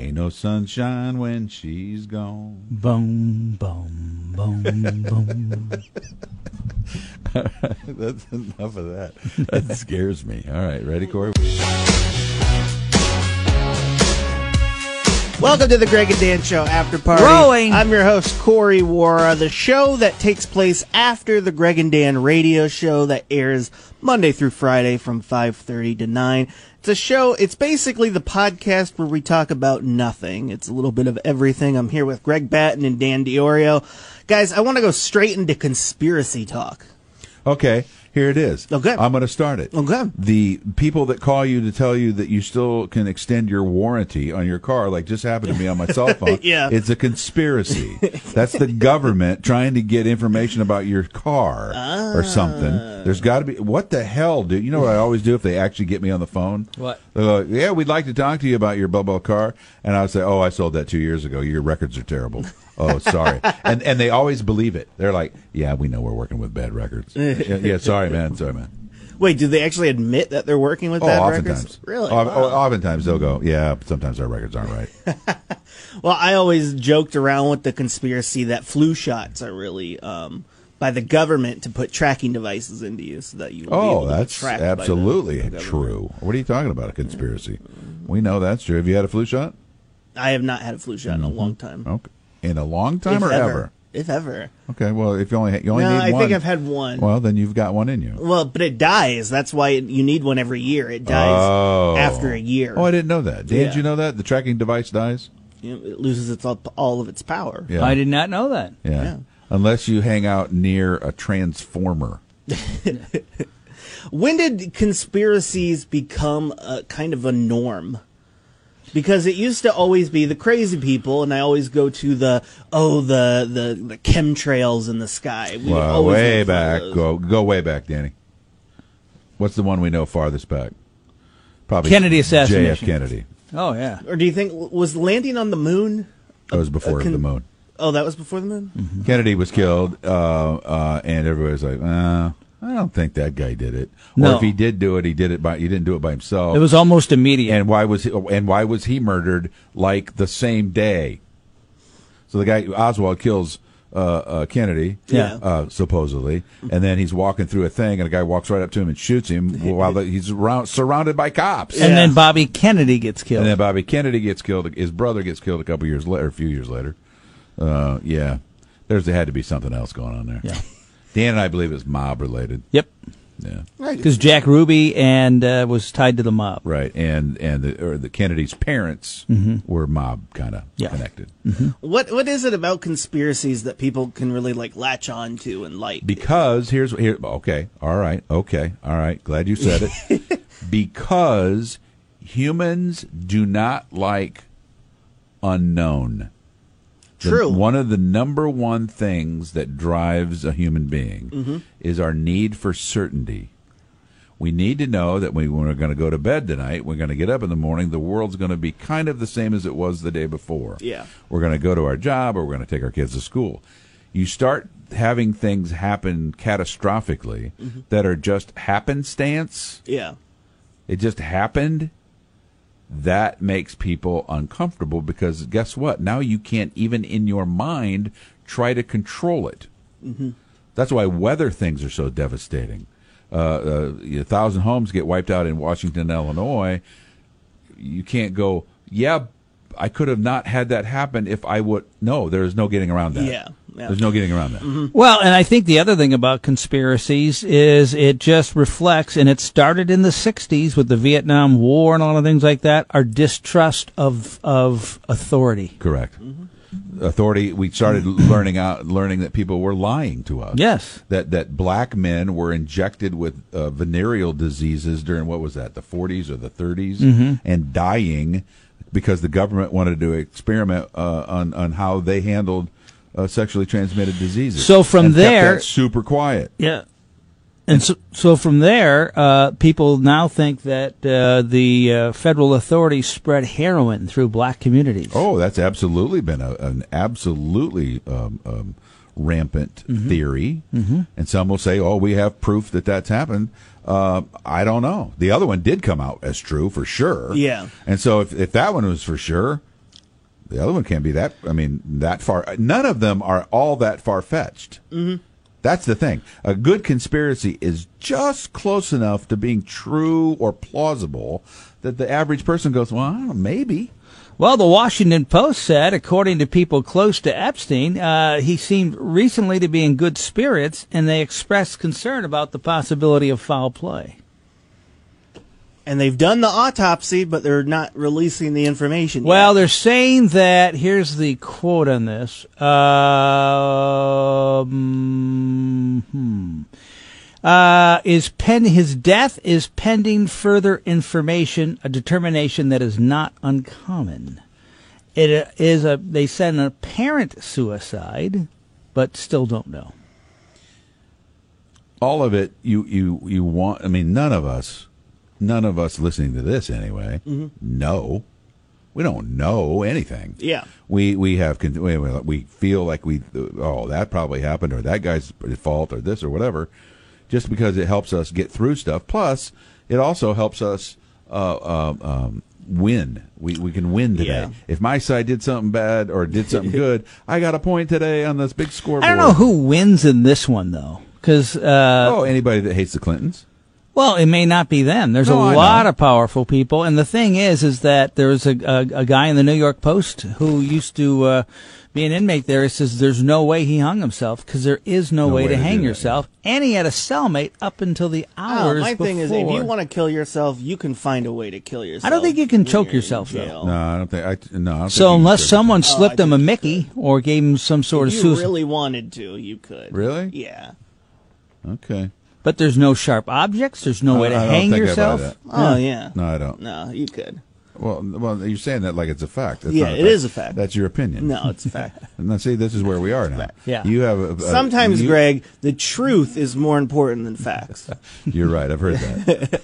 Ain't no sunshine when she's gone. Boom, boom, boom, boom. That's enough of that. That scares me. All right, ready, Corey? Welcome to the Greg and Dan Show After Party. Rolling. I'm your host, Corey Wara, the show that takes place after the Greg and Dan radio show that airs Monday through Friday from 5.30 to 9. It's a show, it's basically the podcast where we talk about nothing. It's a little bit of everything. I'm here with Greg Batten and Dan Diorio. Guys, I want to go straight into conspiracy talk. Okay, here it is. Okay. I'm going to start it. Okay. The people that call you to tell you that you still can extend your warranty on your car, like just happened to me on my cell phone. Yeah. It's a conspiracy. That's the government trying to get information about your car Ah. or something. There's got to be what the hell, dude. You know what I always do if they actually get me on the phone? What? They're like, yeah, we'd like to talk to you about your blah blah car, and I would say, oh, I sold that two years ago. Your records are terrible. Oh, sorry. and and they always believe it. They're like, yeah, we know we're working with bad records. yeah, yeah, sorry, man. Sorry, man. Wait, do they actually admit that they're working with Oh, that oftentimes, records? Really? Oh, Wow. oh, oftentimes they'll go, yeah. Sometimes our records aren't right. Well, I always joked around with the conspiracy that flu shots are really um, by the government to put tracking devices into you so that you. Will be oh, able to be that's tracked by the- absolutely the government. true. What are you talking about? A conspiracy? We know that's true. Have you had a flu shot? I have not had a flu shot in a long time. Okay. In a long time If or Mm-hmm. ever? If ever. Okay. Well, if you only ha- you only No, need I one. think I've had one. Well, Well, then you've got one in you. but it dies. That's why it, you need one every year. It dies Oh. after a year. Oh, I didn't know that. Did Yeah. you know that the tracking device dies? You know, it loses its all, all of its power. Yeah. I did not know that. Yeah. Yeah. Unless you hang out near a transformer. When did conspiracies become a kind of a norm? Because it used to always be the crazy people, and I always go to the oh the the, the chemtrails in the sky. We would Well, always way look for back. those. Go go way back, Danny. What's the one we know farthest back? Probably Kennedy J.F. assassination. Kennedy. Oh, yeah. Or do you think was landing on the moon? That was before con- the moon. Oh, that was before the moon. Kennedy was killed, uh, uh, and everybody's like, uh, I don't think that guy did it. Or No. if he did do it, he did it by he didn't do it by himself. It was almost immediate. and why was he, and why was he murdered like the same day? So the guy Oswald kills uh, uh, Kennedy, Yeah. uh, supposedly, and then he's walking through a thing, and a guy walks right up to him and shoots him while the, he's around, surrounded by cops. And Yeah. then Bobby Kennedy gets killed. And then Bobby Kennedy gets killed. His brother gets killed a couple years later, a few years later. Uh, yeah, there's there had to be something else going on there. Yeah. Dan and I believe it's mob related. yep. Yeah, Because Jack Ruby and uh, was tied to the mob. right. And and the, or the Kennedy's parents were mob kind of Mm-hmm. Yeah. connected. What what is it about conspiracies that people can really like latch on to and like? Because here's here. Okay, all right, okay, all right. Glad you said it. because humans do not like unknown. The- True. one of the number one things that drives a human being Mm-hmm. is our need for certainty. We need to know that we, when we're going to go to bed tonight, we're going to get up in the morning, the world's going to be kind of the same as it was the day before. Yeah. We're going to go to our job or we're going to take our kids to school. You start having things happen catastrophically Mm-hmm. that are just happenstance yeah, it just happened that makes people uncomfortable because guess what now you can't even in your mind try to control it Mm-hmm. that's why weather things are so devastating uh, uh, a thousand homes get wiped out in washington illinois you can't go yeah i could have not had that happen if i would no there's no getting around that Yeah, yeah. Mm-hmm. there's no getting around that Well, and I think the other thing about conspiracies is it just reflects, and it started in the '60s with the Vietnam War and all the things like that. Our distrust of of authority. Mm-hmm. Correct. Authority. We started learning out, learning that people were lying to us. Yes. That that black men were injected with uh, venereal diseases during what was that, the 40s or the 30s, Mm-hmm. and dying because the government wanted to experiment uh, on on how they handled uh, sexually transmitted diseases. So from And kept there- that super quiet. Yeah. And so, so from there, uh, people now think that uh, the uh, federal authorities spread heroin through black communities. Oh, that's absolutely been a, an absolutely um, um, rampant theory, and some will say, "Oh, we have proof that that's happened." Uh, I don't know. The other one did come out as true for sure. Yeah. and so if if that one was for sure, The other one can't be that. I mean, that far. None of them are all that far fetched. Mm-hmm. That's the thing. A good conspiracy is just close enough to being true or plausible that the average person goes, "Well, I don't know, maybe." Well, the Washington Post said, according to people close to Epstein, uh, he seemed recently to be in good spirits, and they expressed concern about the possibility of foul play. And they've done the autopsy, but they're not releasing the information. yet. Well, they're saying that. Here's the quote on this. Um, hmm. Uh, is pen his death is pending further information, a determination that is not uncommon. It uh, is a they said an apparent suicide, but still don't know. all of it you you you want i mean none of us none of us listening to this anyway Mm-hmm. know we don't know anything Yeah. we we have con- we, we we feel like we oh that probably happened or that guy's at fault or this or whatever just because it helps us get through stuff plus it also helps us uh, uh, um, win we, we can win today Yeah. if my side did something bad or did something good i got a point today on this big scoreboard I don't know who wins in this one though, because uh, oh anybody that hates the clintons Well, it may not be them. There's No, a I lot know. of powerful people, and the thing is, is that there was a, a a guy in the New York Post who used to uh, be an inmate there. He says there's no way he hung himself because there is no, way, to, do hang that, yourself, and he had a cellmate up until the Oh, hours my thing is, if before. you want to kill yourself, you can find a way to kill yourself. I don't think you can choke yourself, though. No, I don't think. I, no. I don't think so you unless should. someone Oh, slipped I him a think Mickey or gave him some sort If of you suicide, really wanted to, you could. Really? Yeah. Okay. but there's no sharp objects. There's no I- way to I don't hang think I buy yourself. that. Oh yeah. No, I don't. No, you could. Well, well, you're saying that like it's a fact. That's Yeah, not a it fact. is a fact. That's your opinion. No, it's a fact. And then see, this is where we are now. Yeah. You have a, a- Sometimes, Uh, you- Greg, the truth is more important than facts. You're right. I've heard that.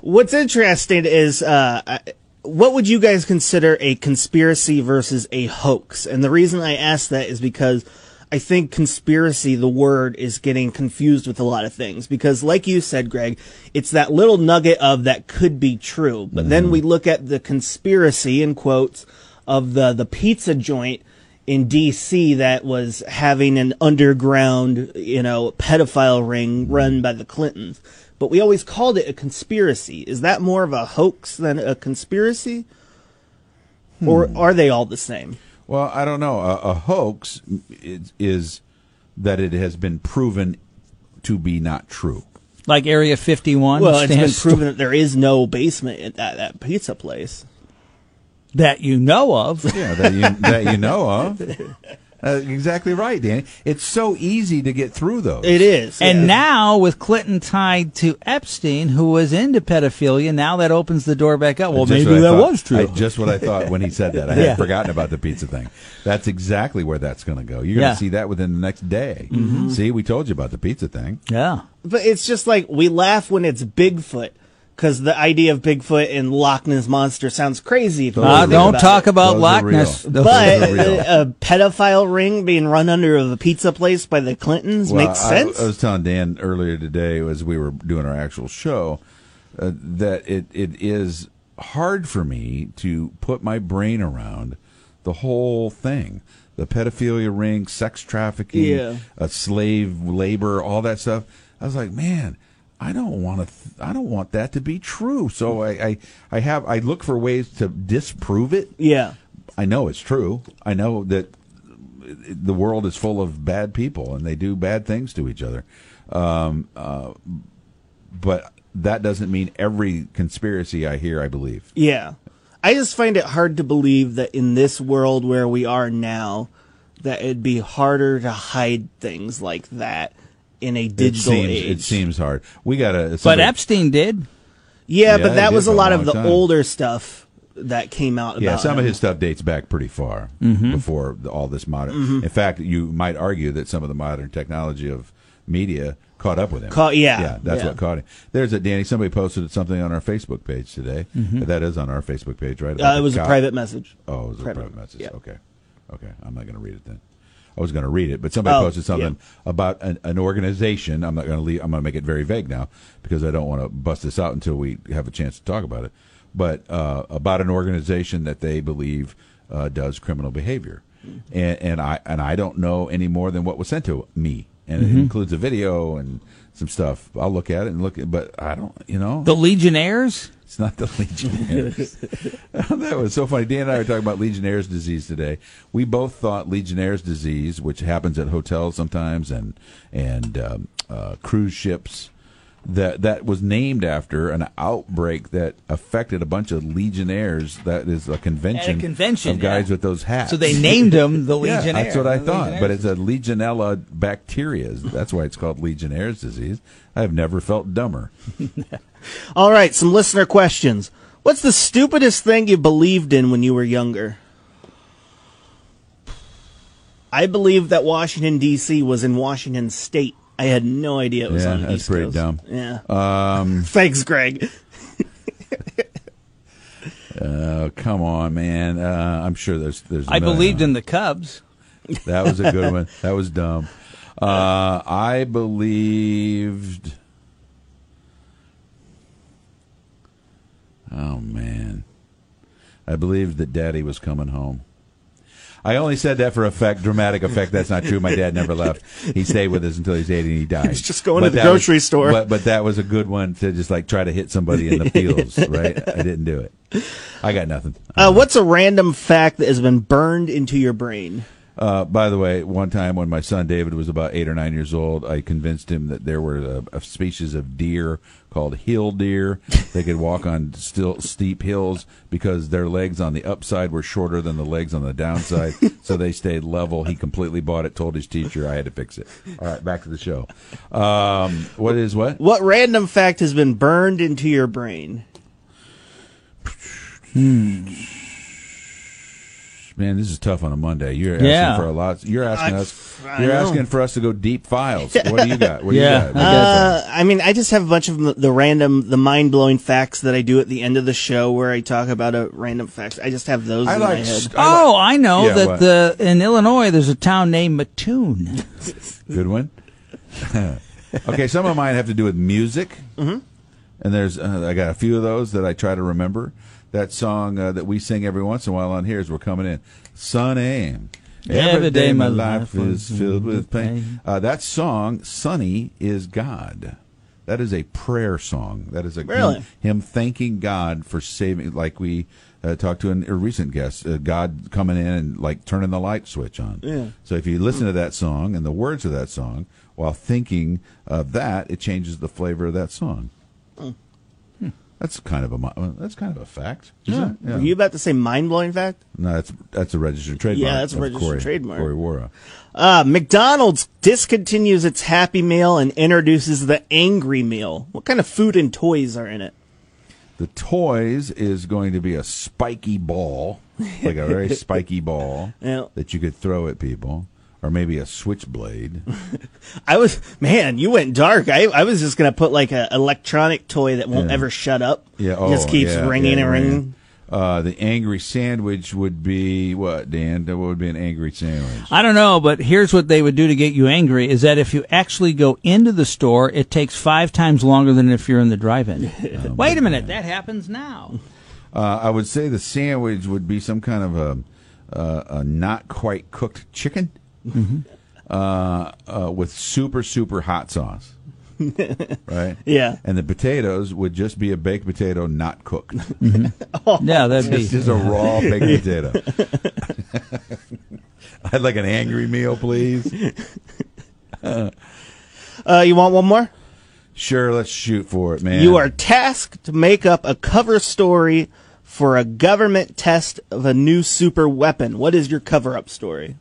What's interesting is uh, I- what would you guys consider a conspiracy versus a hoax? And the reason I ask that is because I think conspiracy, the word, is getting confused with a lot of things. Because, like you said, Greg, it's that little nugget of that could be true. But then we look at the conspiracy, in quotes, of the, the pizza joint in DC that was having an underground, you know, pedophile ring run by the Clintons. But we always called it a conspiracy. Is that more of a hoax than a conspiracy? Hmm. Or are they all the same? well, I don't know. A, a hoax is, is that it has been proven to be not true. Like Area 51 Well, it's been stands proven that there is no basement at that, that pizza place. that you know of. Yeah, that you that you know of. Uh, exactly right, Danny. It's so easy to get through those. It is. And yeah. now with Clinton tied to Epstein, who was into pedophilia, now that opens the door back up. Well, Just maybe what I that thought. was true. I- just what I thought when he said that. I had Yeah. forgotten about the pizza thing. That's exactly where that's going to go. You're Yeah. Mm-hmm. going to see that within the next day. See, we told you about the pizza thing. yeah. But it's just like we laugh when it's Bigfoot because the idea of Bigfoot and Loch Ness monster sounds crazy. If you Those Uh, are think don't about talk it. about Those are Loch real. Ness. Those Those But are real. a, a pedophile ring being run under of a pizza place by the Clintons Well, makes I- uh, sense. I, was telling Dan earlier today as we were doing our actual show uh, that it, it is hard for me to put my brain around the whole thing. The pedophilia ring, sex trafficking, Yeah. uh, slave labor, all that stuff. I was like, man, I don't want to. Th- I don't want that to be true. So I, I, I have. I look for ways to disprove it. yeah. I know it's true. I know that the world is full of bad people and they do bad things to each other. Um, uh, but that doesn't mean every conspiracy I hear I believe. Yeah. I just find it hard to believe that in this world where we are now, that it'd be harder to hide things like that in a It digital seems age. it seems hard. We gotta. But somebody- Epstein did. yeah, Yeah, but it that did was a for a lot of long the time. older stuff that came out about Yeah, some of him. Mm-hmm. his stuff dates back pretty far before the, all this modern. In fact, you might argue that some of the modern technology of media caught up with him. Caught- yeah, yeah, that's yeah. what caught him. There's a Danny. Somebody posted something on our Facebook page today. That is on our Facebook page, right? Mm-hmm. Uh, About it was a cop- private message. Oh, it was Private. a private message. Yeah. Okay. Okay. I'm not going to read it then. I was going to read it, but somebody Oh, posted something about an, an organization. I'm not going to leave. I'm going to make it very vague now because I don't want to bust this out until we have a chance to talk about it. but uh, about an organization that they believe uh, does criminal behavior. Mm-hmm. And, and I and I don't know any more than what was sent to me, and Mm-hmm. it includes a video and some stuff. I'll look at it and look, at, but I don't, you know, The Legionnaires? it's not the Legionnaires. that was so funny. Dan and I were talking about Legionnaire's disease today. We both thought Legionnaire's disease, which happens at hotels sometimes and and um, uh, cruise ships, that that was named after an outbreak that affected a bunch of Legionnaires. That is a convention, convention, of guys yeah. with those hats. So they named them the Yeah, Legionnaires. that's what I The thought. But it's Legionnaires. a Legionella bacteria. That's why it's called Legionnaire's disease. I have never felt dumber. All right, some listener questions. What's the stupidest thing you believed in when you were younger? I believed that Washington D.C. was in Washington State. I had no idea it was Yeah, on the that's East pretty Coast. dumb. Um, Yeah. Thanks, Greg. Oh, come on, man. Uh, I'm sure there's there's. I I believed in the Cubs. that was a good one. That was dumb. Uh, I believed. Oh man, I believed that Daddy was coming home. I only said that for effect, dramatic effect. That's not true. My dad never left. He stayed with us until he's eighty and he died. was just going to the that was- grocery store. But, but that was a good one to just like try to hit somebody in the feels, right? I didn't do it. I got nothing. Uh, what's a random fact that has been burned into your brain? Uh, by the way, one time when my son David was about eight or nine years old, I convinced him that there were a, a species of deer called hill deer. They could walk on still steep hills because their legs on the upside were shorter than the legs on the downside, so they stayed level. He completely bought it. Told his teacher I had to fix it. All right, back to the show. Um, what is what? What random fact has been burned into your brain? Man, this is tough on a Monday. You're asking Yeah. for a lot. You're asking I- us. I You're know. asking for us to go deep files. What do you got? What Yeah, do you got? I guess. Uh, I mean, I just have a bunch of the- the random, the mind blowing facts that I do at the end of the show where I talk about a random fact. I just have those I in like. my head. st- I like- oh, I know Yeah, that what? the in Illinois there's a town named Mattoon. Good one. okay, some of mine have to do with music. Mm-hmm. And there's, uh, I got a few of those that I try to remember. That song uh, that we sing every once in a while on here as we're coming in, "Sunny." Every day my life is is filled with pain. pain. Uh, that song, "Sunny," is God. That is a prayer song. That is a Really? him, him thanking God for saving. Like we uh, talked to an, a recent guest, uh, God coming in and like turning the light switch on. Yeah. So if you listen to that song and the words of that song while thinking of that, it changes the flavor of that song. Hmm. Hmm. That's kind of a mo- well, that's kind of a fact. isn't it? Were you about to say mind blowing fact? No, that's that's a registered trademark. Yeah, that's a of registered Corey- trademark. Corey Wara. Uh, McDonald's discontinues its Happy Meal and introduces the Angry Meal. What kind of food and toys are in it? The toys is going to be a spiky ball, like a very spiky ball Yeah. that you could throw at people, or maybe a switchblade. I was, man, you went dark. I, I was just gonna put like an electronic toy that won't ever shut up. Yeah, It oh, just keeps yeah, ringing yeah, and ringing. Uh, the angry sandwich would be what, Dan? What would be an angry sandwich? I don't know, but here's what they would do to get you angry is that if you actually go into the store, it takes five times longer than if you're in the drive-in. Oh, Wait a minute, that happens now. Uh, I would say the sandwich would be some kind of a, uh, a not quite cooked chicken Mm-hmm. uh, uh, with super, super hot sauce. right? Yeah. And the potatoes would just be a baked potato not cooked. Yeah, that'd be. It's just a raw baked potato. I'd like an angry meal, please. Uh, you want one more? Sure, let's shoot for it, man. You are tasked to make up a cover story for a government test of a new super weapon. What is your cover up story?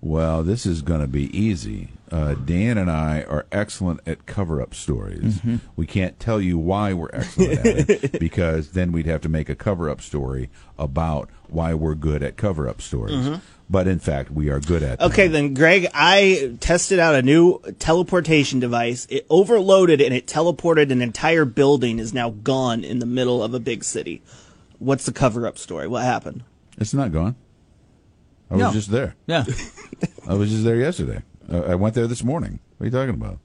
Well, this is going to be easy. Uh, Dan and I are excellent at cover up stories. Mm-hmm. We can't tell you why we're excellent at it because then we'd have to make a cover up story about why we're good at cover up stories. But in fact, we are good at them. Mm-hmm. Okay, then, Greg, I tested out a new teleportation device. It overloaded and it teleported an entire building, is now gone in the middle of a big city. What's the cover up story? What happened? It's not gone. I No. was just there. yeah. I was just there yesterday. I I went there this morning. What are you talking about?